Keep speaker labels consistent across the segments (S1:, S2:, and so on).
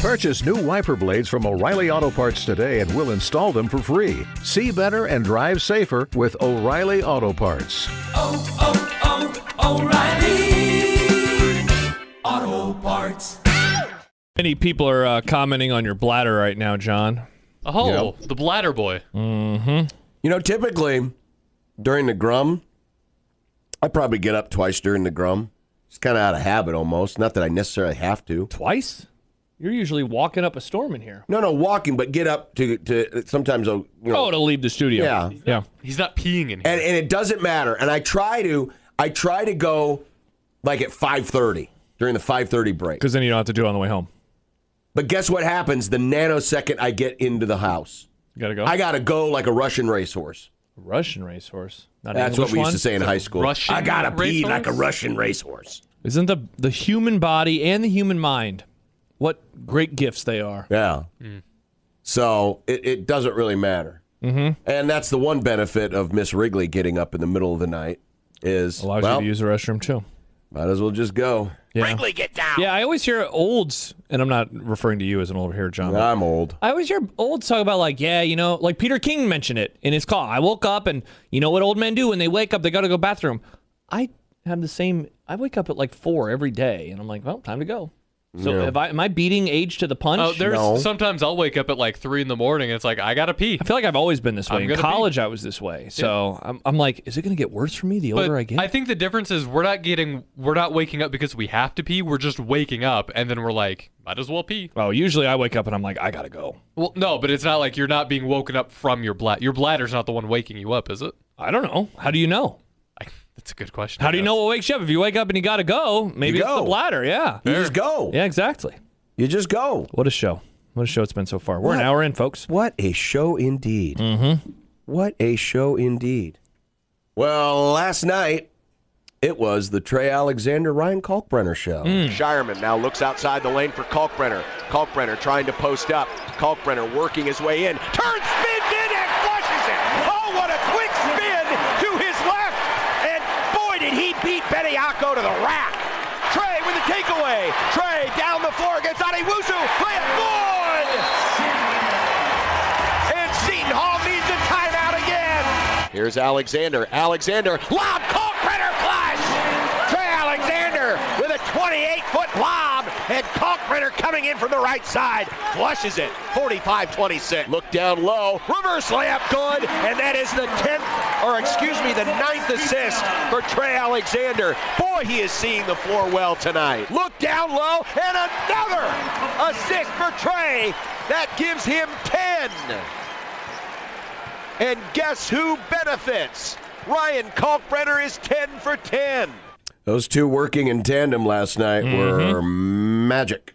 S1: Purchase new wiper blades from O'Reilly Auto Parts today and we'll install them for free. See better and drive safer with O'Reilly Auto Parts.
S2: oh, oh, O'Reilly Auto Parts.
S3: Many people are uh, commenting on your bladder right now, John.
S4: Oh, the bladder boy.
S5: You know, typically during the grum, I probably get up twice during the grum. It's kind of out of habit almost. Not that I necessarily have to.
S3: Twice? You're usually walking up a storm in here.
S5: No, no, walking, but get up to to. Sometimes I'll you know,
S3: Oh, to leave the studio.
S5: Yeah.
S3: Yeah.
S4: He's not peeing in here.
S5: and and it doesn't matter. And I try to I try to go like at five thirty during the five thirty break.
S3: Because then you don't have to do it on the way home.
S5: But guess what happens the nanosecond I get into the house?
S3: You gotta go.
S5: I gotta go like a Russian racehorse.
S3: Russian racehorse. Not an
S5: That's what
S3: English
S5: we used
S3: one?
S5: to say in high school.
S4: Russian
S5: I gotta pee
S4: racehorse?
S5: like a Russian racehorse.
S3: Isn't the the human body and the human mind what great gifts they are?
S5: Yeah. So it, it doesn't really matter. Mm-hmm. And that's the one benefit of Miss Wrigley getting up in the middle of the night is
S3: Allows
S5: well,
S3: you to use the restroom too.
S5: might as well just go.
S3: Yeah, I always hear olds, and I'm not referring to you as an older here, John. but
S5: I'm old.
S3: I always hear olds talk about like, yeah, you know, like Peter King mentioned it in his call. I woke up and you know what old men do when they wake up, they gotta go bathroom. I have the same I wake up at like four every day and I'm like, well, time to go. So have I am I beating age to the punch?
S4: Oh, there's
S5: No.
S4: sometimes I'll wake up at like three in the morning. And it's like I gotta pee.
S3: I feel like I've always been this way.
S4: I'm
S3: In
S4: gonna
S3: college I was this way. So I'm, I'm like, is it gonna get worse for me the
S4: But
S3: older I get?
S4: I think the difference is we're not getting, we're not waking up because we have to pee. We're just waking up, and then we're like, might as well pee.
S3: well, Oh, usually I wake up and I'm like, I gotta go.
S4: Well, no, but it's not like you're not being woken up from your bladder. Your bladder's not the one waking you up, is it?
S3: I don't know. How do you know?
S4: I, that's a good question.
S3: How
S4: I
S3: do you
S4: guess.
S3: know what wakes you up? If you wake up and you gotta go, maybe
S5: You
S3: it's the
S5: go.
S3: bladder, yeah.
S5: You just go.
S3: Yeah, exactly.
S5: You just go.
S3: What a show. What a show it's been so far. We're an
S5: What?
S3: hour in, folks.
S5: What a show indeed. Mm-hmm. What a show indeed. Well, last night it was the Trey Alexander Ryan Kalkbrenner show.
S3: Mm.
S6: Shireman now looks outside the lane for Kalkbrenner. Kalkbrenner trying to post up. Kalkbrenner working his way in. Turns, spins in, and flushes it. Oh, what a quick spin to his left. And boy, did he beat Bediako to the rack. Trey with the takeaway. Trey down the floor against Adewusu. Play it good. And Seton Hall needs a timeout again. Here's Alexander. Alexander. Lob. Kalkbrenner flash. Trey Alexander with a 28-foot lob, and Kalkbrenner coming in from the right side flushes it, 45-26. Look down low, reverse layup, good, and that is the 10th, or excuse me, the ninth assist for Trey Alexander. Boy, he is seeing the floor well tonight. Look down low, and another assist for Trey. That gives him 10. And guess who benefits? Ryan Kalkbrenner is 10 for 10.
S5: Those two working in tandem last night were magic.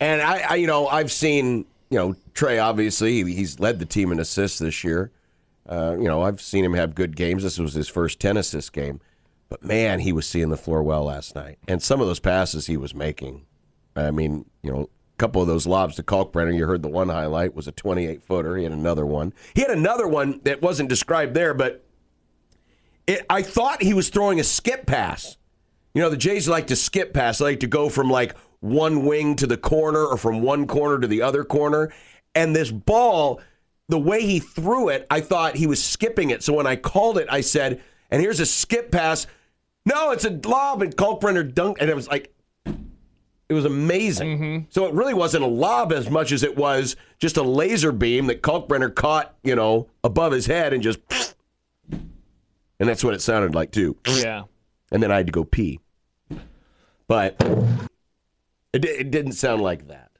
S5: And I, I, you know, I've seen, you know, Trey. Obviously, he- he's led the team in assists this year. Uh, you know, I've seen him have good games. This was his first ten assist game, but man, he was seeing the floor well last night. And some of those passes he was making. I mean, you know, a couple of those lobs to Kalkbrenner. You heard the one highlight was a twenty-eight footer. He had another one. He had another one that wasn't described there, but it, I thought he was throwing a skip pass. You know, the Jays like to skip pass. They like to go from like one wing to the corner or from one corner to the other corner. And this ball, the way he threw it, I thought he was skipping it. So when I called it, I said, and here's a skip pass. No, it's a lob and Kalkbrenner dunked. And it was like, it was amazing. So it really wasn't a lob as much as it was just a laser beam that Kalkbrenner caught, you know, above his head and just. And that's what it sounded like, too
S3: Yeah.
S5: and then I had to go pee. But it, di- it didn't sound like that.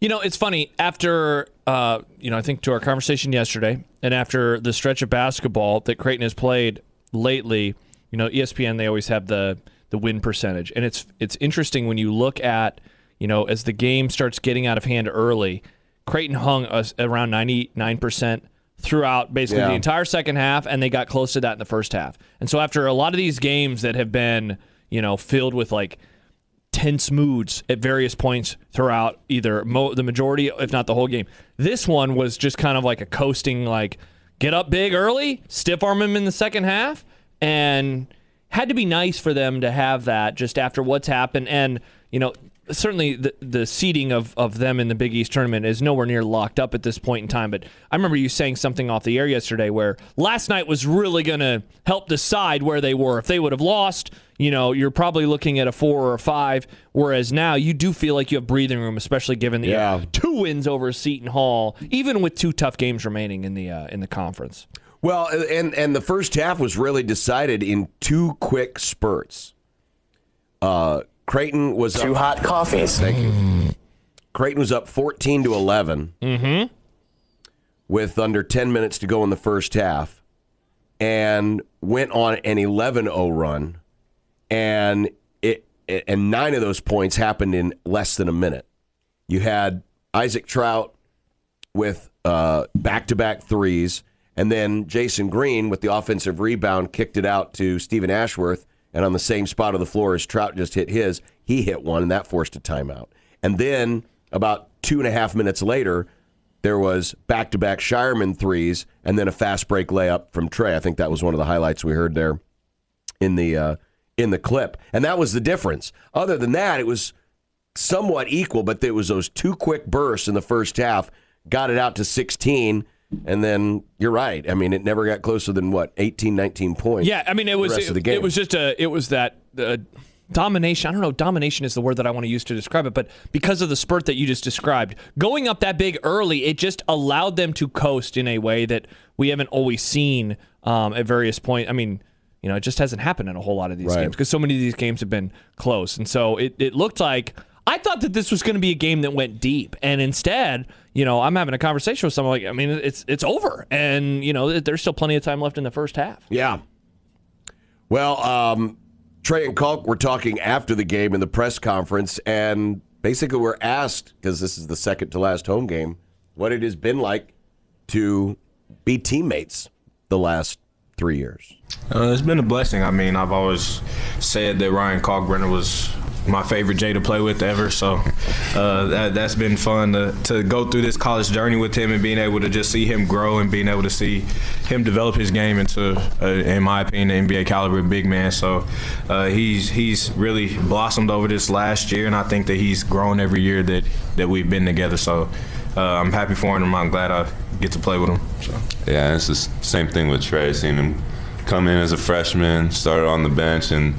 S3: You know, it's funny. After, uh, you know, I think to our conversation yesterday, and after the stretch of basketball that Creighton has played lately, you know, E ESPN they always have the the win percentage, and it's it's interesting when you look at, you know, as the game starts getting out of hand early, Creighton hung us around ninety nine percent throughout basically
S5: Yeah.
S3: the entire second half, and they got close to that in the first half. And so after a lot of these games that have been, you know, filled with like tense moods at various points throughout either mo- the majority, if not the whole game. This one was just kind of like a coasting, like get up big early, stiff arm him in the second half, and had to be nice for them to have that just after what's happened. And you know, certainly the, the seeding of, of them in the Big East tournament is nowhere near locked up at this point in time. But I remember you saying something off the air yesterday where last night was really going to help decide where they were. If they would have lost, you know, you're probably looking at a four or a five. Whereas now you do feel like you have breathing room, especially given the
S5: Yeah.
S3: uh, two wins over Seton Hall, even with two tough games remaining in the uh, in the conference.
S5: Well, and and the first half was really decided in two quick spurts. Uh, Creighton was
S7: Two
S5: up,
S7: hot coffees. Thank you.
S5: Mm-hmm. Creighton was up fourteen to 11 with under ten minutes to go in the first half, and went on an 11-0 run, and it and nine of those points happened in less than a minute. You had Isaac Trout with uh, back-to-back threes, and then Jason Green with the offensive rebound kicked it out to Stephen Ashworth, and on the same spot of the floor as Trout just hit his, he hit one, and that forced a timeout. And then about two and a half minutes later, there was back-to-back Shireman threes, and then a fast break layup from Trey. I think that was one of the highlights we heard there in the uh, in the clip, and that was the difference. Other than that, it was somewhat equal, but there was those two quick bursts in the first half, got it out to 16, and then you're right. I mean, it never got closer than what 18, 19 points.
S3: Yeah, I mean it was
S5: rest of
S3: it,
S5: the game.
S3: it was just a it was that uh, domination. I don't know, domination is the word that I want to use to describe it, but because of the spurt that you just described, going up that big early, it just allowed them to coast in a way that we haven't always seen um, at various point. I mean. You know, it just hasn't happened in a whole lot of these
S5: Right.
S3: games because so many of these games have been close. And so it, it looked like I thought that this was going to be a game that went deep. And instead, you know, I'm having a conversation with someone like, I mean, it's it's over. And, you know, there's still plenty of time left in the first half.
S5: Yeah. Well, um, Trey and Kalk were talking after the game in the press conference, and basically were asked because this is the second to last home game, what it has been like to be teammates the last three years.
S8: Uh, it's been a blessing. I mean, I've always said that Ryan Kalkbrenner was my favorite Jay to play with ever. So uh, that, that's been fun to, to go through this college journey with him and being able to just see him grow and being able to see him develop his game into, uh, in my opinion, an NBA caliber big man. So uh, he's he's really blossomed over this last year, and I think that he's grown every year that that we've been together. So uh, I'm happy for him. I'm glad I get to play with him. So.
S9: Yeah, and it's the s- same thing with Trey. Seeing him come in as a freshman, started on the bench, and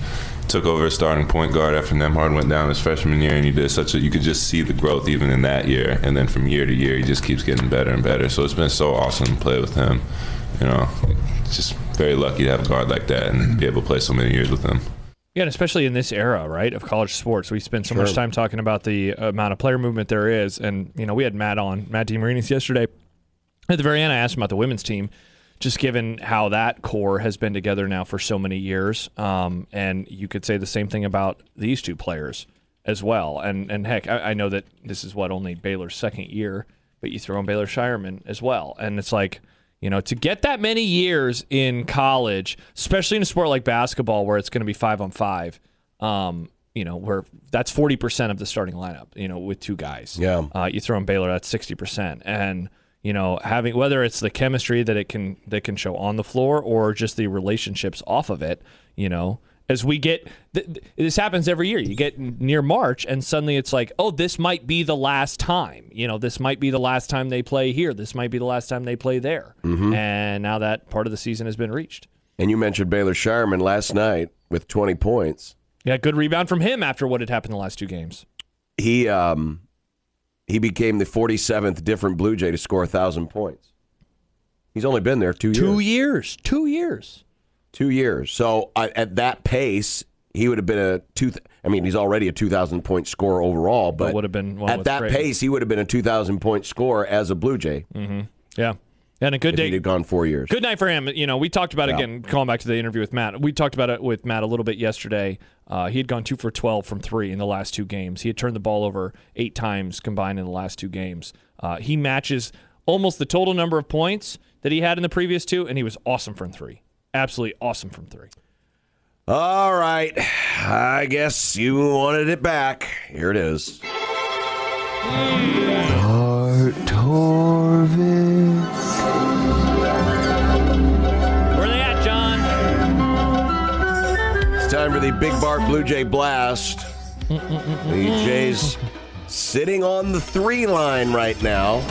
S9: took over as starting point guard after Nemhard went down his freshman year, and he did such a you could just see the growth even in that year, and then from year to year he just keeps getting better and better. So it's been so awesome to play with him. You know, just very lucky to have a guard like that and be able to play so many years with him.
S3: Yeah, and especially in this era, right, of college sports, we spend so much time talking about the amount of player movement there is, and you know, we had Matt on Matt DeMarinis yesterday. At the very end, I asked him about the women's team, just given how that core has been together now for so many years, um, and you could say the same thing about these two players as well. And and heck, I, I know that this is what only Baylor's second year, but you throw in Baylor Shireman as well, and it's like. You know, to get that many years in college, especially in a sport like basketball where it's going to be five on five, um, you know, where that's 40% of the starting lineup, you know, with two guys.
S5: Yeah.
S3: Uh, you throw in Baylor, that's 60%. And, you know, having whether it's the chemistry that it can that can show on the floor or just the relationships off of it, you know, as we get th- th- this happens every year. You get n- near March and suddenly it's like, "Oh, this might be the last time." You know, this might be the last time they play here. This might be the last time they play there. And now that part of the season has been reached.
S5: And you mentioned Baylor Shireman last night with 20 points.
S3: Yeah, good rebound from him after what had happened the last two games.
S5: He um, he became the 47th different Blue Jay to score 1,000 points. He's only been there two years.
S3: Two years. Two years.
S5: Two years. So I, at that pace, he would have been a two. th- I mean, he's already a 2,000 point scorer overall, but,
S3: would have been one
S5: at
S3: with
S5: that
S3: Creighton.
S5: pace, he would have been a 2,000 point scorer as a Blue Jay
S3: Yeah. And a good
S5: if
S3: day.
S5: he'd have gone four years.
S3: Good night for him. You know, we talked about again going back to the interview with Matt. We talked about it with Matt a little bit yesterday. Uh, he had gone two for twelve from three in the last two games. He had turned the ball over eight times combined in the last two games. Uh, he matches almost the total number of points that he had in the previous two, and he was awesome from three. Absolutely awesome from three.
S5: All right, I guess you wanted it back. Here it is.
S3: Where they at, John?
S5: It's time for the Big Bar Blue Jay Blast. The Jays sitting on the three line right now.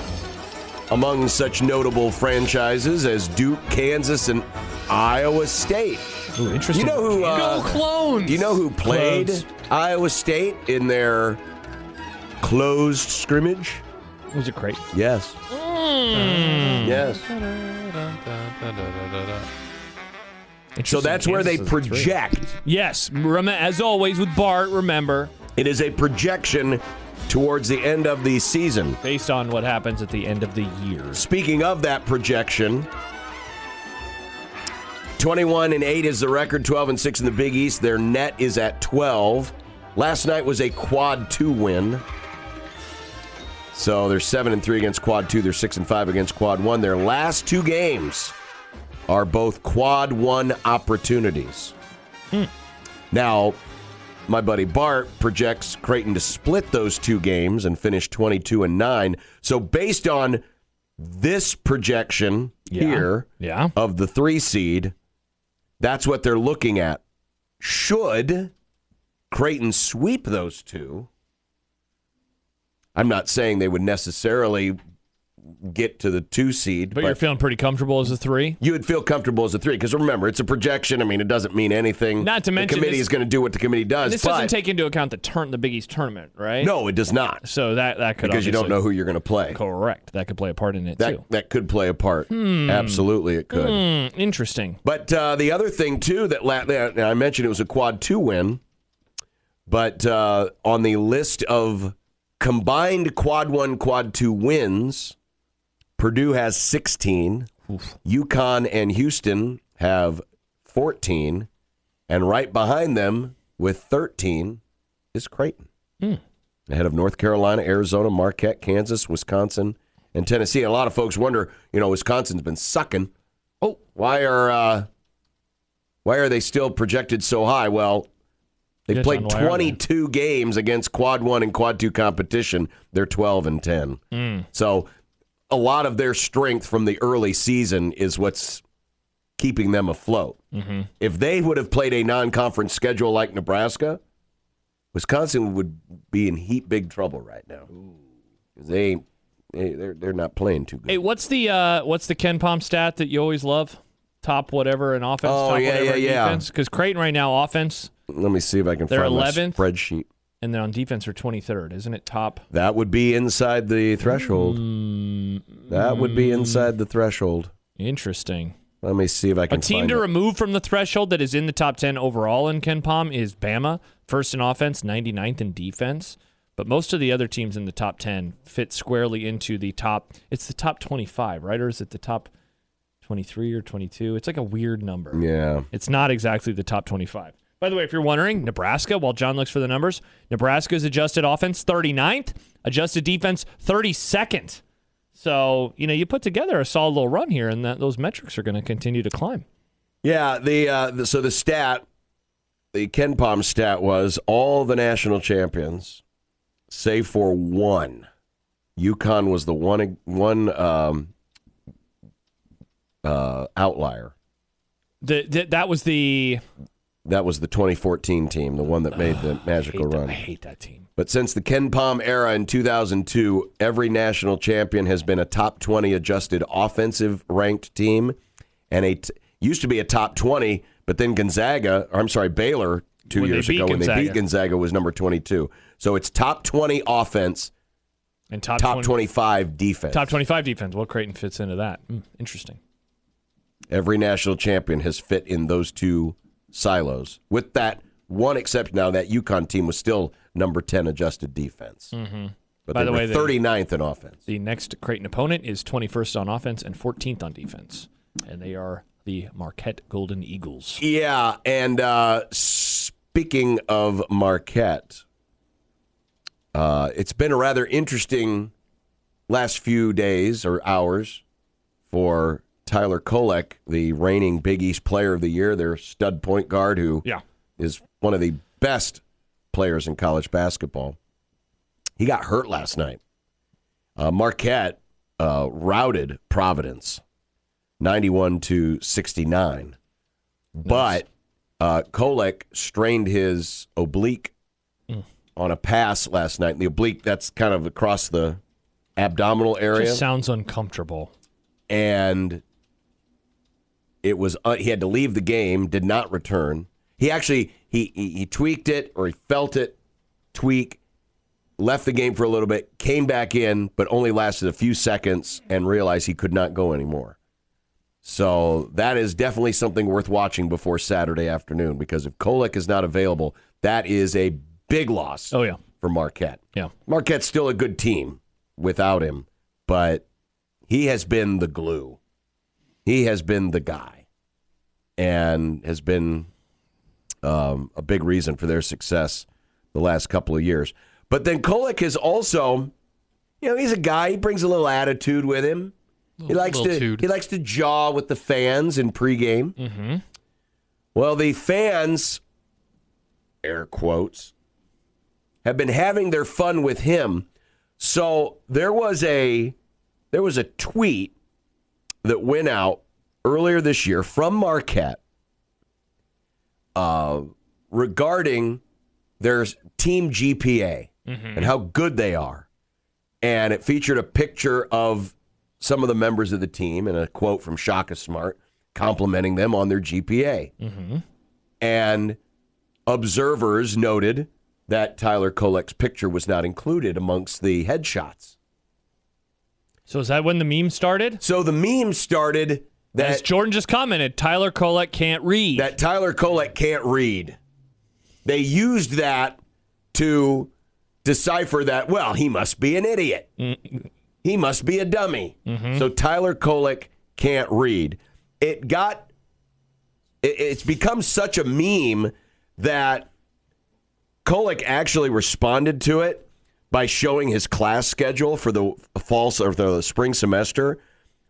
S5: Among such notable franchises as Duke, Kansas, and Iowa State.
S3: Ooh,
S5: You
S3: interesting.
S5: know who? Uh,
S4: Go clones!
S5: You know who played
S3: Close.
S5: Iowa State in their closed scrimmage?
S3: was it great?
S5: Yes.
S4: Hmm.
S5: Yes. So that's where they project.
S3: Yes, rem- as always with Bart. Remember,
S5: It is a projection towards the end of the season.
S3: based on what happens at the end of the year.
S5: Speaking of that projection, 21 and 8 is the record, 12 and 6 in the Big East. Their net is at 12. Last night was a quad 2 win. So they're 7 and 3 against quad 2, they're 6 and 5 against quad 1. Their last two games are both quad 1 opportunities.
S3: Hmm.
S5: Now, my buddy Bart projects Creighton to split those two games and finish 22 and 9. So based on this projection here,
S3: Yeah.
S5: of the three seed. That's what they're looking at. Should Creighton sweep those two? I'm not saying they would necessarily get to the two seed,
S3: But,
S5: but,
S3: you're feeling pretty comfortable as a three.
S5: you would feel comfortable as a three. Because remember, it's a projection. I mean, it doesn't mean anything.
S3: Not to mention
S5: the committee
S3: this-
S5: is going to do what the committee does.
S3: This
S5: but
S3: doesn't take into account the turn the Big East tournament, right?
S5: no, it does not
S3: So that that could
S5: because you don't
S3: obviously-
S5: know who you're going to play.
S3: Correct. That could play a part in it
S5: That
S3: too.
S5: that could play a part. Absolutely, it could.
S3: Hmm, interesting.
S5: But uh, the other thing too that la- that- I mentioned it was a quad two win, but uh, on the list of combined quad one, quad two wins, Purdue has sixteen, UConn and Houston have fourteen, and right behind them with thirteen is Creighton, ahead of North Carolina, Arizona, Marquette, Kansas, Wisconsin, and Tennessee. A lot of folks wonder, you know, Wisconsin's been sucking.
S3: Oh,
S5: Why are uh, why are they still projected so high? Well, they
S3: Yeah,
S5: have played
S3: John, why are they?
S5: 22 games against quad 1 and quad 2 competition. They're 12 and 10.
S3: Mm.
S5: So a lot of their strength from the early season is what's keeping them afloat.
S3: Mm-hmm.
S5: If they would have played a non-conference schedule like Nebraska, Wisconsin would be in heap big trouble right now. 'Cause They ain't they, they're they're not playing too good.
S3: hey, what's the uh, what's the Ken Palm stat that you always love? Top whatever in offense.
S5: Oh,
S3: top
S5: yeah,
S3: whatever in
S5: yeah, yeah.
S3: defense. Because Creighton right now offense
S5: Let me see if I can
S3: They're
S5: find my
S3: 11th?
S5: spreadsheet.
S3: and then on defense are 23rd, isn't it? Top.
S5: That would be inside the threshold.
S3: Mm-hmm.
S5: That would be inside the threshold.
S3: Interesting.
S5: Let me see if I
S3: A
S5: can
S3: team
S5: find
S3: to
S5: it.
S3: remove from the threshold that is in the top 10 overall in Ken Palm is Bama, first in offense, 99th in defense. But most of the other teams in the top 10 fit squarely into the top. It's the top 25, right? Or is it the top 23 or 22? It's like a weird number.
S5: Yeah.
S3: It's not exactly the top 25. By the way, if you're wondering, Nebraska, while John looks for the numbers, Nebraska's adjusted offense 39th, adjusted defense 32nd. So, you know, you put together a solid little run here, and that those metrics are going to continue to climb.
S5: Yeah, the, uh, the so the stat the Ken Palm stat was all the national champions save for one. Yukon was the one one um, uh, outlier.
S3: The, the, that was the.
S5: That was the 2014 team, the one that made the
S3: I
S5: magical
S3: hate, that,
S5: run.
S3: I hate that team.
S5: But since the Ken Palm era in 2002, every national champion has been a top 20 adjusted offensive ranked team, and it used to be a top 20. But then Gonzaga, or I'm sorry, Baylor, two
S3: When they
S5: years
S3: beat
S5: ago when they
S3: Gonzaga.
S5: beat Gonzaga was number 22. So it's top 20 offense,
S3: And top,
S5: top
S3: 20
S5: 25 defense.
S3: top 25 defense. Well, Creighton fits into that. Hmm, interesting.
S5: Every national champion has fit in those two silos. With that one exception, now that UConn team was still number 10 adjusted defense. Mm-hmm. But
S3: By
S5: they
S3: the
S5: were
S3: way, they-
S5: 39th in offense.
S3: The next Creighton opponent is 21st on offense and 14th on defense. And they are the Marquette Golden Eagles.
S5: Yeah, and uh, speaking of Marquette, uh, it's been a rather interesting last few days or hours for Tyler Kolek, the reigning Big East Player of the Year, their stud point guard who
S3: Yeah.
S5: is one of the best players in college basketball. He got hurt last night. Uh, Marquette uh, routed Providence 91 to 69. But uh, Kolek strained his oblique on a pass last night. The oblique, that's kind of across the abdominal area.
S3: Just sounds uncomfortable.
S5: and it was uh, he had to leave the game did not return he actually he, he he tweaked it or he felt it tweak left the game for a little bit came back in but only lasted a few seconds and realized he could not go anymore so that is definitely something worth watching before saturday afternoon because if kolek is not available that is a big loss
S3: Oh yeah,
S5: for marquette
S3: yeah.
S5: Marquette's still a good team without him, but he has been the glue. He has been the guy and has been um, a big reason for their success the last couple of years. But then Kolek has also, you know, he's a guy. He brings a little attitude with him. He likes to
S4: little tude.
S5: he likes to jaw with the fans in pregame. Mm-hmm. Well, the fans, air quotes, have been having their fun with him. So there was a there was a tweet that went out earlier this year from Marquette uh, regarding their team GPA and how good they are. And it featured a picture of some of the members of the team and a quote from Shaka Smart complimenting them on their GPA. And observers noted that Tyler Kolek's picture was not included amongst the headshots.
S3: So is that when the meme started?
S5: So the meme started
S3: As
S5: that
S3: Jordan just commented, Tyler Kolek can't read.
S5: that Tyler Kolek can't read. They used that to decipher that, well, he must be an idiot. He must be a dummy. So Tyler Kolek can't read. It got it, it's become such a meme that Kolek actually responded to it by showing his class schedule for the fall or the spring semester.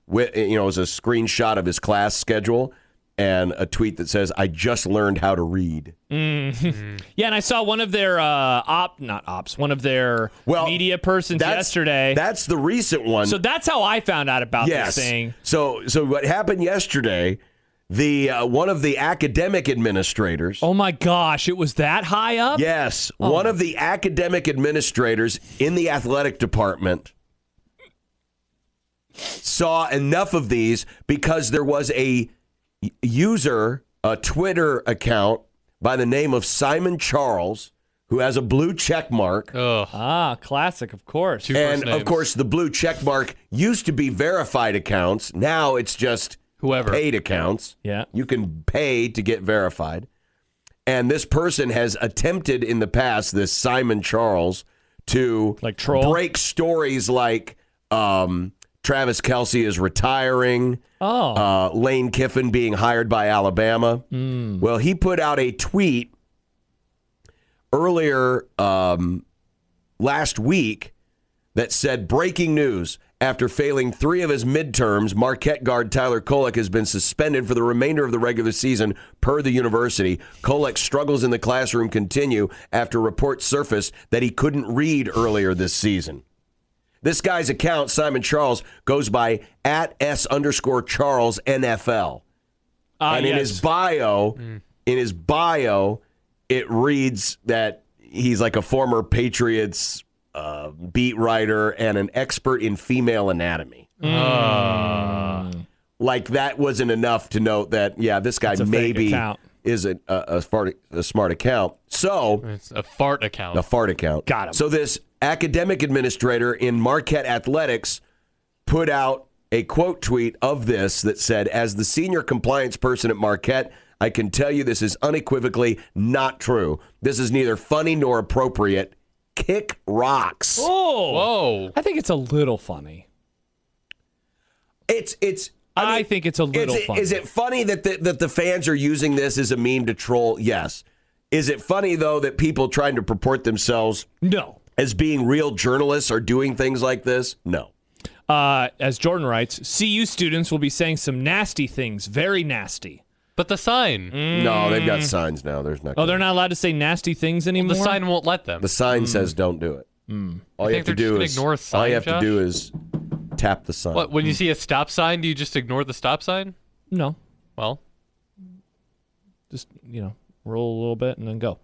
S5: With you know, as a screenshot of his class schedule and a tweet that says, "I just learned how to read."
S3: yeah, and I saw one of their uh, op, not ops, one of their
S5: Well,
S3: media persons
S5: That's-
S3: yesterday.
S5: That's the recent one.
S3: so that's how I found out about
S5: yes.
S3: this thing.
S5: So so what happened yesterday? The uh, one of the academic administrators.
S3: Oh my gosh, it was that high up?
S5: Yes, one of the academic administrators in the athletic department saw enough of these because there was a y- user, a Twitter account by the name of Simon Charles, who has a blue check mark.
S4: Ugh.
S3: Ah, classic, of course.
S4: Two first
S5: and
S4: names.
S5: of course, the blue check mark used to be verified accounts. Now it's just
S4: whoever.
S5: paid accounts.
S3: Yeah.
S5: You can pay to get verified. And this person has attempted in the past, this Simon Charles, to
S3: Like troll?
S5: break stories like um, Travis Kelsey is retiring,
S3: Oh,
S5: uh, Lane Kiffin being hired by Alabama. Well, he put out a tweet earlier um, last week that said breaking news. After failing three of his midterms, Marquette guard Tyler Kolek has been suspended for the remainder of the regular season, per the university. Kolek's struggles in the classroom continue after reports surfaced that he couldn't read earlier this season. This guy's account, Simon Charles, goes by at S underscore Charles NFL.
S3: ah,
S5: and in
S3: yes. Hmm.
S5: his bio, in his bio, it reads that he's like a former Patriots uh, beat writer and an expert in female anatomy.
S3: Hmm.
S5: Like that wasn't enough to note that yeah, this guy
S3: a fake
S5: maybe
S3: account.
S5: is a, a, a smart a smart account. So
S3: Hmm.
S4: It's a fart account.
S5: a fart account.
S3: Got him.
S5: So this academic administrator in Marquette Athletics put out a quote tweet of this that said, "As the senior compliance person at Marquette." I can tell you this is unequivocally not true. This is neither funny nor appropriate. Kick rocks.
S3: oh,
S4: Whoa.
S3: I think it's a little funny.
S5: It's it's
S3: I,
S5: mean,
S3: think it's a little
S5: is it,
S3: funny.
S5: is it funny that the, that the fans are using this as a meme to troll? Yes. Is it funny though that people trying to purport themselves
S3: No.
S5: as being real journalists are doing things like this? No.
S3: Uh, as Jordan writes, CU students will be saying some nasty things, very nasty.
S4: But the sign.
S5: No, they've
S4: Mm.
S5: got signs now. There's not.
S3: Oh, they're not allowed to say nasty things anymore.
S4: The sign won't let them.
S5: The sign says don't do it. All you,
S4: Mm. You
S5: have
S4: think
S5: to
S4: they're just
S5: do
S4: gonna
S5: is
S4: ignore a
S5: all
S4: sign,
S5: you have
S4: Josh?
S5: to do is tap the sign.
S4: What? When you see a stop sign, do you just ignore the stop sign?
S3: no,
S4: Well,
S3: just you know, roll a little bit and then go.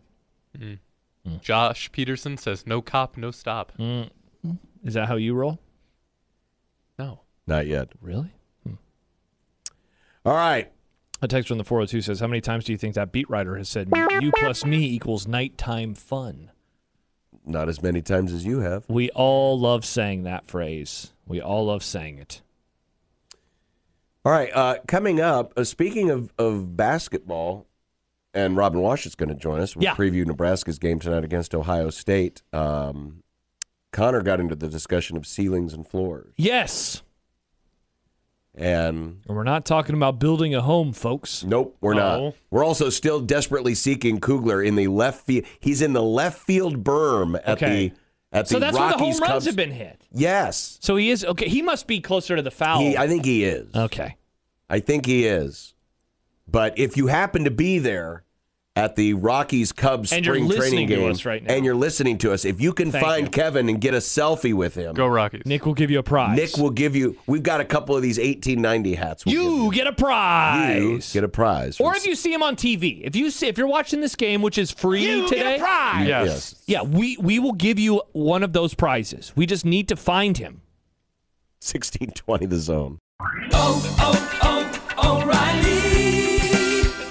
S4: Josh Peterson says, "No cop, no stop."
S3: Is that how you roll?
S4: No.
S5: Not yet.
S3: Really?
S5: All right.
S3: A text from the 402 says, How many times do you think that beat writer has said, You plus me equals nighttime fun?
S5: Not as many times as you have.
S3: We all love saying that phrase. We all love saying it.
S5: All right. Uh, coming up, uh, speaking of, of basketball, and Robin Wash is going to join us. We'll
S3: Yeah.
S5: preview Nebraska's game tonight against Ohio State. Um, Connor got into the discussion of ceilings and floors.
S3: Yes.
S5: And
S3: And we're not talking about building a home, folks.
S5: nope, we're
S4: Oh.
S5: not. We're also still desperately seeking Kugler in the left field. He's in the left field berm at
S3: Okay.
S5: the at the
S3: So that's where
S5: Rockies
S3: the home runs
S5: Cubs-
S3: have been hit.
S5: Yes.
S3: So he is, okay, he must be closer to the foul.
S5: He, I think he is.
S3: okay.
S5: I think he is. But if you happen to be there at the Rockies Cubs
S3: And you're
S5: spring
S3: listening
S5: training
S3: to
S5: game
S3: us right now.
S5: and you're listening to us, if you can
S3: Thank
S5: find
S3: you.
S5: Kevin and get a selfie with him,
S4: Go Rockies.
S3: Nick will give you a prize.
S5: Nick will give you. We've got a couple of these 1890 hats. We'll
S3: You get a
S5: give
S3: prize.
S5: you. You get a prize. from
S3: or if you see him on TV, if you see, if you're watching this game, which is free today,
S4: yes.
S5: Yes.
S3: yeah, we we will give you one of those prizes. We just need to find him.
S5: 1620 the zone.
S2: Oh,